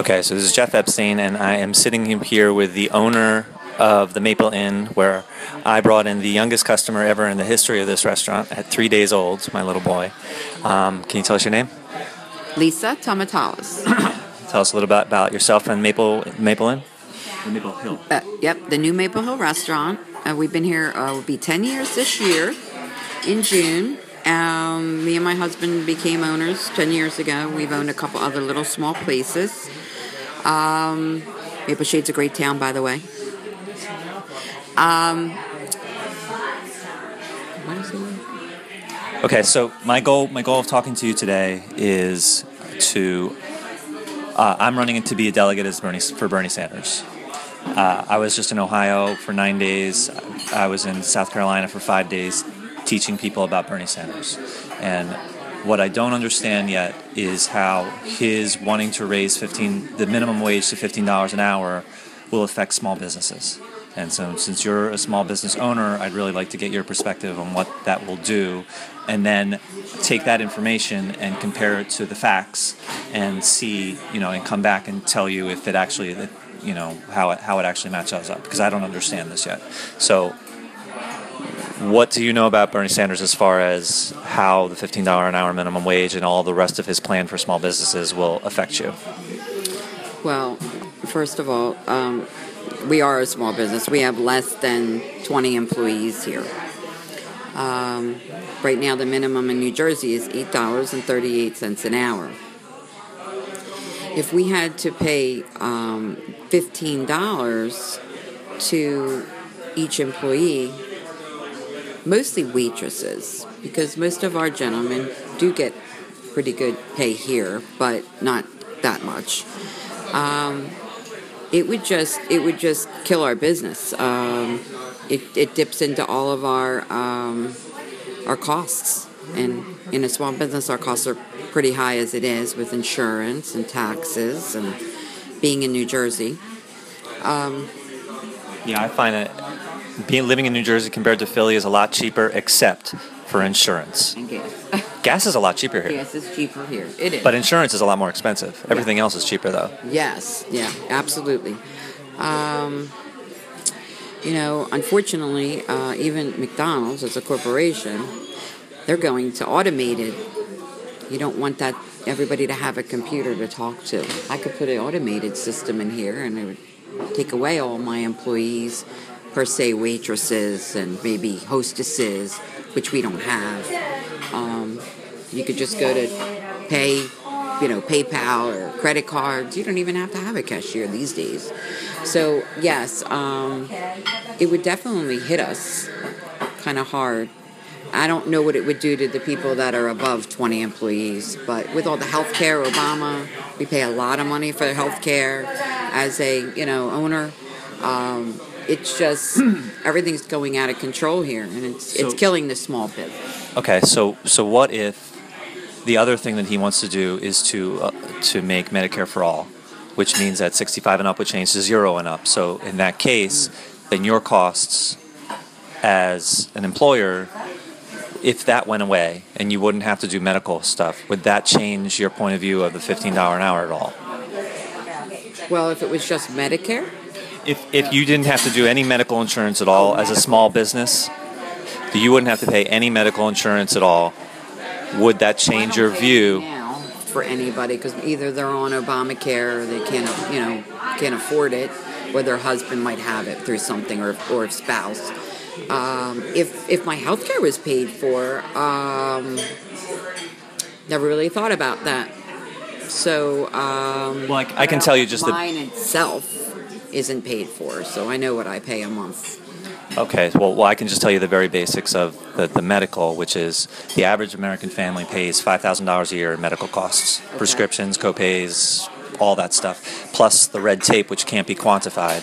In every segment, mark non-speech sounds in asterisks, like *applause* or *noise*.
Okay, so this is Jeff Epstein, and I am sitting here with the owner of the Maple Inn, where I brought in the youngest customer ever in the history of this restaurant at three days old, my little boy. Um, can you tell us your name? Lisa Tomatalis. Tell us a little bit about yourself and Maple Maple Inn. Maple Hill. Uh, yep, the new Maple Hill restaurant. Uh, we've been here, uh, will be 10 years this year in June. Um, me and my husband became owners 10 years ago. We've owned a couple other little small places. Um, Maple Shade's a great town, by the way. Um, what is the word? Okay, so my goal my goal of talking to you today is to uh, I'm running to be a delegate as Bernie for Bernie Sanders. Uh, I was just in Ohio for nine days. I was in South Carolina for five days, teaching people about Bernie Sanders. And what I don't understand yet is how his wanting to raise 15 the minimum wage to $15 an hour will affect small businesses. And so, since you're a small business owner, I'd really like to get your perspective on what that will do, and then take that information and compare it to the facts, and see, you know, and come back and tell you if it actually, that- you know, how it how it actually matches up. Because I don't understand this yet. So, what do you know about Bernie Sanders as far as how the $15 an hour minimum wage and all the rest of his plan for small businesses will affect you? Well, first of all, um, we are a small business. We have less than 20 employees here. Um, right now, the minimum in New Jersey is $8.38 an hour. If we had to pay um, $15 to each employee, mostly waitresses, because most of our gentlemen do get pretty good pay here, but not that much it would just it would just kill our business. Um, it, it dips into all of our um, our costs, and in a small business, our costs are pretty high as it is with insurance and taxes and being in New *laughs* Jersey. Yeah, I find it being living in New Jersey compared to Philly is a lot cheaper, except for insurance. And gas, Gas is a lot cheaper here, gas is cheaper here. It is. but insurance is a lot more expensive. Everything else is cheaper though. Yes, yeah, absolutely. Um, you know, unfortunately, uh, even McDonald's as a corporation, they're going to automated. You don't want that everybody to have a computer to talk to. I could put an automated system in here, and it would take away all my employees, per se, waitresses and maybe hostesses, which we don't have Um, you could just go to pay you know paypal or credit cards you don't even have to have a cashier these days so yes um, it would definitely hit us kind of hard i don't know what it would do to the people that are above 20 employees but with all the health care obama we pay a lot of money for health care as a you know owner um, it's just everything's going out of control here and it's, it's So- killing the small business Okay, so so what if the other thing that he wants to do is to uh, to make Medicare for all, which means that 65 and up would change to zero and up. So in that case, then your costs as an employer, if that went away and you wouldn't have to do medical stuff, would that change your point of view of the $15 an hour at all? well if it was just medicare If if you didn't have to do any medical insurance at all as a small business, you wouldn't have to pay any medical insurance at all. Would that change I your don't think view? now for anybody because either they're on Obamacare or they can't, you know, can't afford it, or their husband might have it through something or or spouse. Um, if if my health care was paid for, um, never really thought about that. So um, Like I can tell you just that. mine itself isn't paid for, so I know what I pay a month. Okay, well, well, I can just tell you the very basics of the, the medical, which is the average American family pays five thousand dollars a year in medical costs, prescriptions, copays, all that stuff, plus the red tape, which can't be quantified,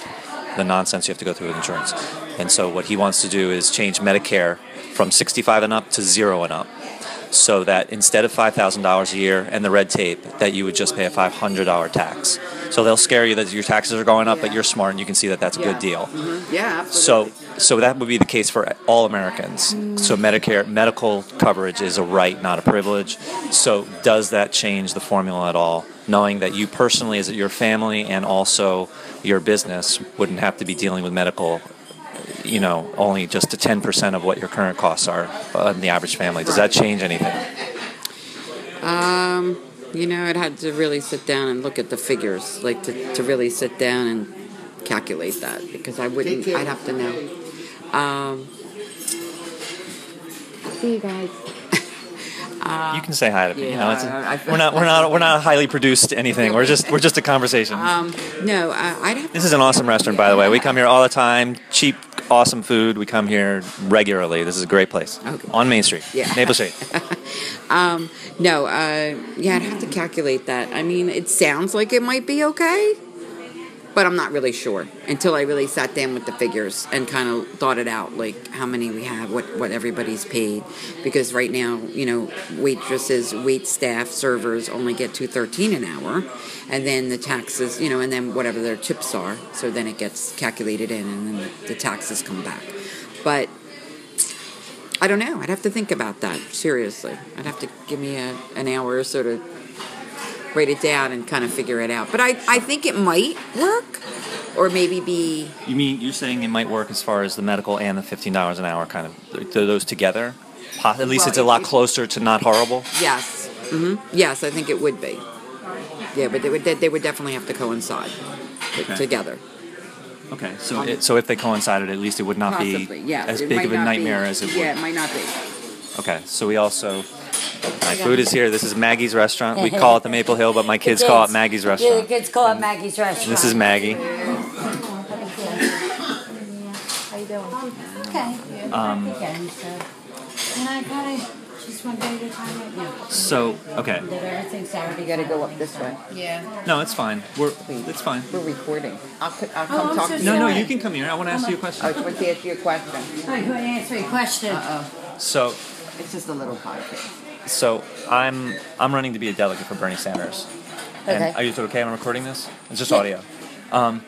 the nonsense you have to go through with insurance. And so, what he wants to do is change Medicare from sixty-five and up to zero and up, so that instead of five thousand dollars a year and the red tape, that you would just pay a five hundred dollar tax. So they'll scare you that your taxes are going up, but you're smart and you can see that that's a Yeah. good deal. Mhm. Yeah, So, absolutely. so that would be the case for all Americans. So Medicare medical coverage is a right, not a privilege. So does that change the formula at all? Knowing that you personally, as your family, and also your business wouldn't have to be dealing with medical, you know, only just to ten percent of what your current costs are on the average family. Does that change anything? You know, I'd had to really sit down and look at the figures, like to, to really sit down and calculate that because I wouldn't, I'd have to know. See you guys. you can say hi to me. you know, it's- yeah, I- I- we're not, we're not, we're not highly produced anything. We're just, we're just a conversation. No, I, I'd have This is an awesome restaurant, by the way. We come here all the time. Cheap, awesome food. We come here regularly. This is a great place. Okay. On Main Street. Yeah. Maple Street. *laughs* No, uh, yeah, I'd have to calculate that. I mean, it sounds like it might be okay, but I'm not really sure until I really sat down with the figures and kind of thought it out, like how many we have, what what everybody's paid, because right now, you know, waitresses, wait staff, servers only get two thirteen an hour, and then the taxes, you know, and then whatever their tips are, so then it gets calculated in, and then the, the taxes come back, but. I don't know. I'd have to think about that seriously. I'd have to give me a, an hour or so to write it down and kind of figure it out. But I, I think it might work, or maybe be You mean you're saying it might work as far as the medical and the fifteen dollars an hour kind of th- those together? Po- At least Well, it's a if- lot if- closer to not horrible. yes, hmm yes. I think it would be. Yeah, but they would they would definitely have to coincide Okay. together. Okay. So it, so if they coincided, at least it would not Possibly, be yes. as It big might of a not be- nightmare as it Yeah, would. it might not be. Okay. So we also. My food is here. This is Maggie's restaurant. We call it the Maple Hill, but my kids call it Maggie's Yeah, restaurant. the kids call it Maggie's restaurant. This is Maggie. How you doing? Okay. Um, Again, so- And I kind of just one day at a time right now. So okay, Did everything You Saturday. got to go up this way. Yeah. no, it's fine. We're it's fine. We're recording. I'll, co- I'll Oh, come I'm talk so to you. No, no, Sorry. you can come here. I want to ask you a I question. was supposed to ask you a question. I couldn't answer your question. So, It's just a little podcast. so I'm I'm running to be a delegate for Bernie Sanders. Okay. And are you is it okay? I'm recording this. It's just audio. Um,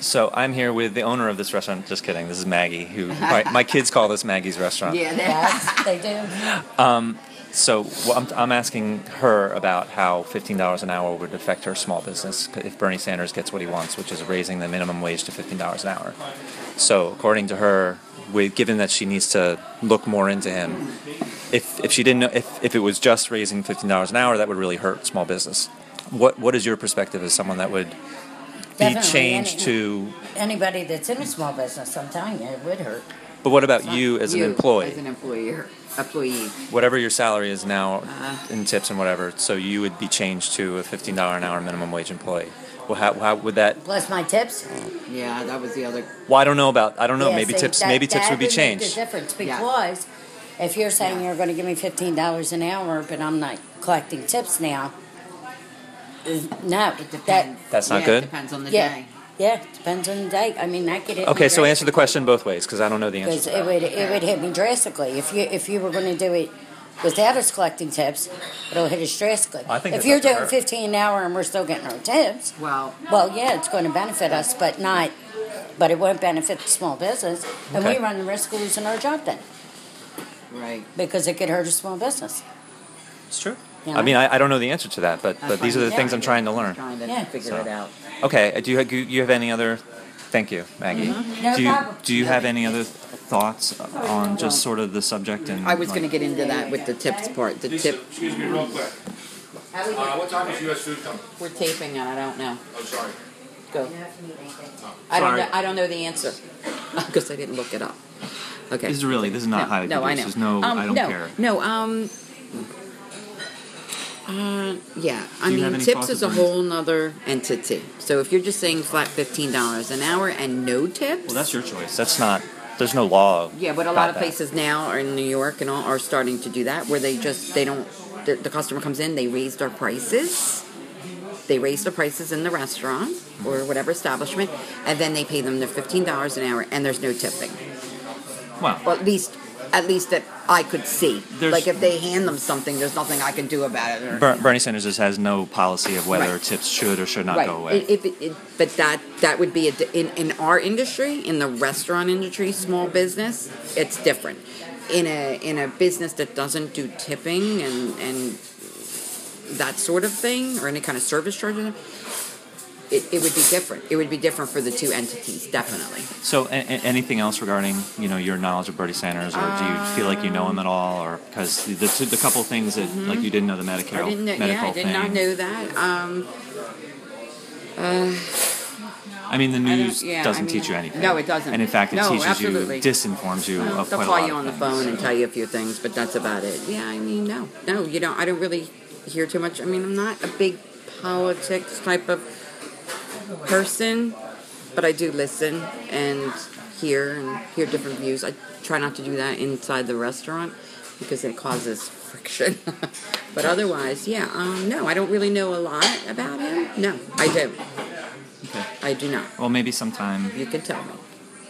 so I'm here with the owner of this restaurant. Just kidding. This is Maggie. Who my, my kids call this Maggie's restaurant. *laughs* Yeah, Yes, they do. So well, I'm, I'm asking her about how $15 an hour would affect her small business if Bernie Sanders gets what he wants, which is raising the minimum wage to $15 an hour. So according to her, with, given that she needs to look more into him, if, if she didn't know, if, if it was just raising $15 an hour, that would really hurt small business. What, what is your perspective as someone that would be Definitely changed any- to, Anybody that's in a small business, I'm telling you, it would hurt. but what about *laughs* you as You, an employee? As an employer, employee. whatever your salary is now in tips and whatever, so you would be changed to a fifteen dollar an hour minimum wage employee. Well, how, how would that? Plus my tips. Yeah, that was the other. Well, I don't know about. I don't know. Yeah, maybe see, tips. that- maybe tips that would be make the changed. difference Yeah. because if you're saying you're going to give me fifteen dollars an hour, but I'm not collecting tips now, no, that That's not yeah, It good? depends on the yeah, day. yeah, depends on the day. I mean, that could hit Okay, me so answer the question both ways because I don't know the answer. because To it that. would it would hit me drastically if you if you were going to do it. Without us collecting tips, it'll hit us drastically. I think if that's you're up to doing her. 15 an hour and we're still getting our tips, Well, Well, yeah, it's going to benefit us, but not, but it won't benefit the small business. And Okay. we run the risk of losing our job then right. because it could hurt a small business. It's true. Yeah. I mean, I, I don't know the answer to that, but That's but these are fine. the Yeah, things I'm yeah. trying to learn. Trying to Yeah. figure So. it out. Okay, do you have, do you have any other? Thank you, Maggie. No do you problem. do you have any other thoughts on just sort of the subject and? I was like- going to get into that with the tips part. The Lisa, tip. excuse me real quick. Uh, what time is US Food coming? We're taping and I don't know. *laughs* Oh, sorry. Go. I don't Sorry. know. I don't know the answer because I didn't look it up. Okay. This is really this is not no, highly no, I know. produced. There's no, um, I don't no, care. No. Um. Uh, yeah, I Do you have mean, any tips thoughts is a about- whole nother entity. So if you're just saying flat fifteen dollars an hour and no tips, Well, that's your choice. That's not. There's no law. Yeah, but a about lot of that. places now are in New York and all are starting to do that, where they just they don't. The, the customer comes in, they raise their prices. They raise the prices in the restaurant or whatever establishment, and then they pay them their fifteen dollars an hour, and there's no tipping. Well, Well, at least at least that I could see. There's- like if they hand them something, there's nothing I can do about it. Or, Ber- Bernie Sanders just has no policy of whether Right. tips should or should not right. go away. I- If it, it, but that that would be a di- in in our industry, in the restaurant industry, small business, it's different. In a in a business that doesn't do tipping and and that sort of thing, or any kind of service charge, it, it would be different. It would be different for the two entities, definitely. So, a- a- anything else regarding you know your knowledge of Bernie Sanders, or do you feel like you know him at all, or because the, two- the couple things that like you didn't know the Medicare Mm-hmm. I didn't know, medical yeah, I did thing. not know that. Um, I mean, the don't- news yeah, I doesn't mean, teach you anything. no, it doesn't. And in fact, it No, teaches absolutely. you, disinforms you they'll of quite a call lot. you of on the things. phone and tell you a few things, but that's about it. Yeah, I mean, no, no, you don't. I don't really hear too much. I mean, I'm not a big politics type of person, but I do listen and hear and hear different views. I try not to do that inside the restaurant because it causes friction. *laughs* but otherwise, yeah, um, no, I don't really know a lot about him. No, I don't. Okay. I do not. Well, maybe sometime You can tell me.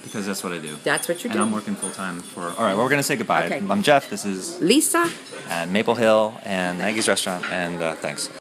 because that's what I do. That's what you're and I'm doing. working full time for. All right, well, we're gonna say goodbye. Okay. I'm Jeff. This is Lisa? at Maple Hill and Maggie's Restaurant, and uh, thanks.